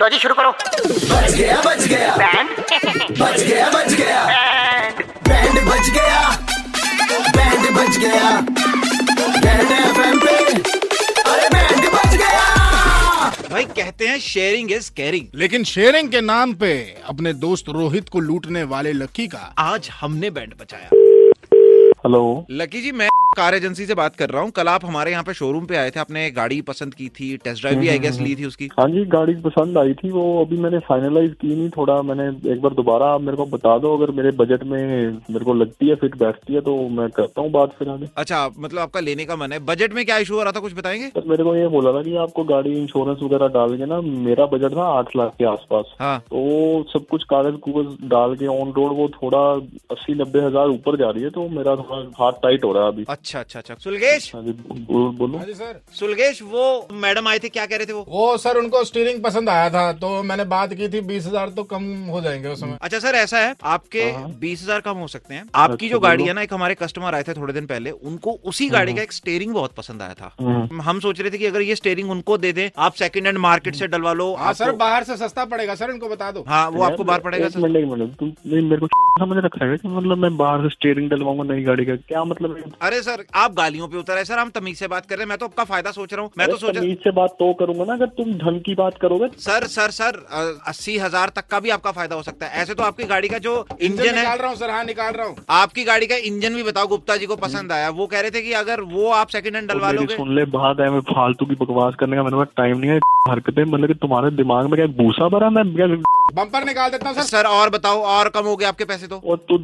लो जी शुरू करो बच गया बच गया बैंड बच गया बच गया बैंड बच गया बैंड बच गया बैंड एफएम पे अरे बैंड बच गया भाई कहते हैं शेयरिंग इज कैरिंग लेकिन शेयरिंग के नाम पे अपने दोस्त रोहित को लूटने वाले लकी का आज हमने बैंड बचाया हेलो लकी जी मैं कार एजेंसी से बात कर रहा हूँ कल आप हमारे यहाँ पे शोरूम पे आए थे आपने गाड़ी पसंद की थी टेस्ट ड्राइव भी आई गेस ली थी उसकी हाँ जी गाड़ी पसंद आई थी वो अभी मैंने फाइनलाइज की नहीं थोड़ा मैंने एक बार दोबारा आप मेरे को बता दो अगर मेरे बजट में मेरे को लगती है फिट बैठती है तो मैं करता हूँ बात फिर आगे अच्छा आप- मतलब आपका लेने का मन है बजट में क्या इशू हो रहा था कुछ बताएंगे सर मेरे को ये बोला था कि आपको गाड़ी इंश्योरेंस वगैरह डाल के ना मेरा बजट था आठ लाख के आसपास हाँ तो सब कुछ कागज कुगज डाल के ऑन रोड वो थोड़ा अस्सी नब्बे हजार ऊपर जा रही है तो मेरा थोड़ा हाथ टाइट हो रहा है अभी अच्छा अच्छा अच्छा सुलगेश हाँ जी बोलो बोलो जी सर सुलगेश वो मैडम आए थे क्या कह रहे थे वो वो सर उनको स्टीयरिंग पसंद आया था तो मैंने बात की थी बीस हजार तो कम हो जाएंगे उस समय अच्छा सर ऐसा है आपके बीस हजार कम हो सकते हैं आपकी जो गाड़ी है ना एक हमारे कस्टमर आए थे थोड़े दिन पहले उनको उसी गाड़ी का एक स्टेयरिंग बहुत पसंद आया था हम सोच रहे थे कि अगर ये स्टेयरिंग उनको दे दें आप सेकंड हैंड मार्केट से डलवा लो हाँ सर आपको- बाहर से सस्ता पड़ेगा सर इनको बता दो हाँ वो यार, आपको बाहर पड़ेगा एक सर मिनट एक मिनट तुम नहीं मेरे को समझ रखा है कि मतलब मैं बाहर से स्टेयरिंग डलवाऊंगा नई गाड़ी का क्या मतलब है अरे सर आप गालियों पे उतर रहे हैं सर हम तमीज से बात कर रहे हैं मैं तो आपका फायदा सोच रहा हूँ मैं तो सोच रहा तमीज से बात तो करूंगा ना अगर तुम धन की बात करोगे तो सर सर सर अ, अस्सी हजार तक का भी आपका फायदा हो सकता है ऐसे तो आपकी गाड़ी का जो इंजन इंजन है निकाल रहा हूँ सर हाँ निकाल रहा हूँ आपकी गाड़ी का इंजन भी बताओ गुप्ता जी को पसंद आया वो कह रहे थे कि अगर वो आप सेकंड हैंड तो डलवा मेरी लोगे सुन ले बात है मैं फालतू की बकवास करने का मेरे पास टाइम नहीं है हरकतें मतलब कि तुम्हारे दिमाग में क्या भूसा भरा मैं क्या बम्पर निकाल देता हूँ सर सर और बताओ और कम हो गए आपके पैसे तो और तो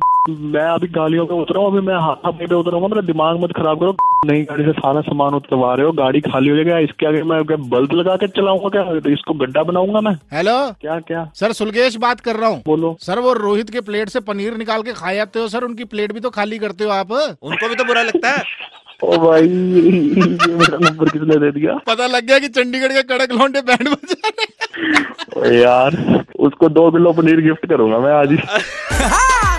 मैं अभी गालियों पे उतरा हूँ अभी मैं हाथा पे उतरा हूँ मेरा दिमाग मत खराब करो नई गाड़ी से सारा सामान उतरवा रहे हो गाड़ी खाली हो जाएगा इसके आगे मैं क्या बल्ब लगा के चलाऊंगा क्या इसको गड्ढा बनाऊंगा मैं हेलो क्या क्या सर सुलगेश बात कर रहा हूँ बोलो सर वो रोहित के प्लेट से पनीर निकाल के खा जाते हो सर उनकी प्लेट भी तो खाली करते हो आप उनको भी तो बुरा लगता है ओ भाई ये मेरा नंबर किसने दे दिया पता लग गया कि चंडीगढ़ के कड़क लौंडे बैंड बजा रहे हैं। ओए यार उसको दो किलो पनीर गिफ्ट करूंगा मैं आज ही हाँ,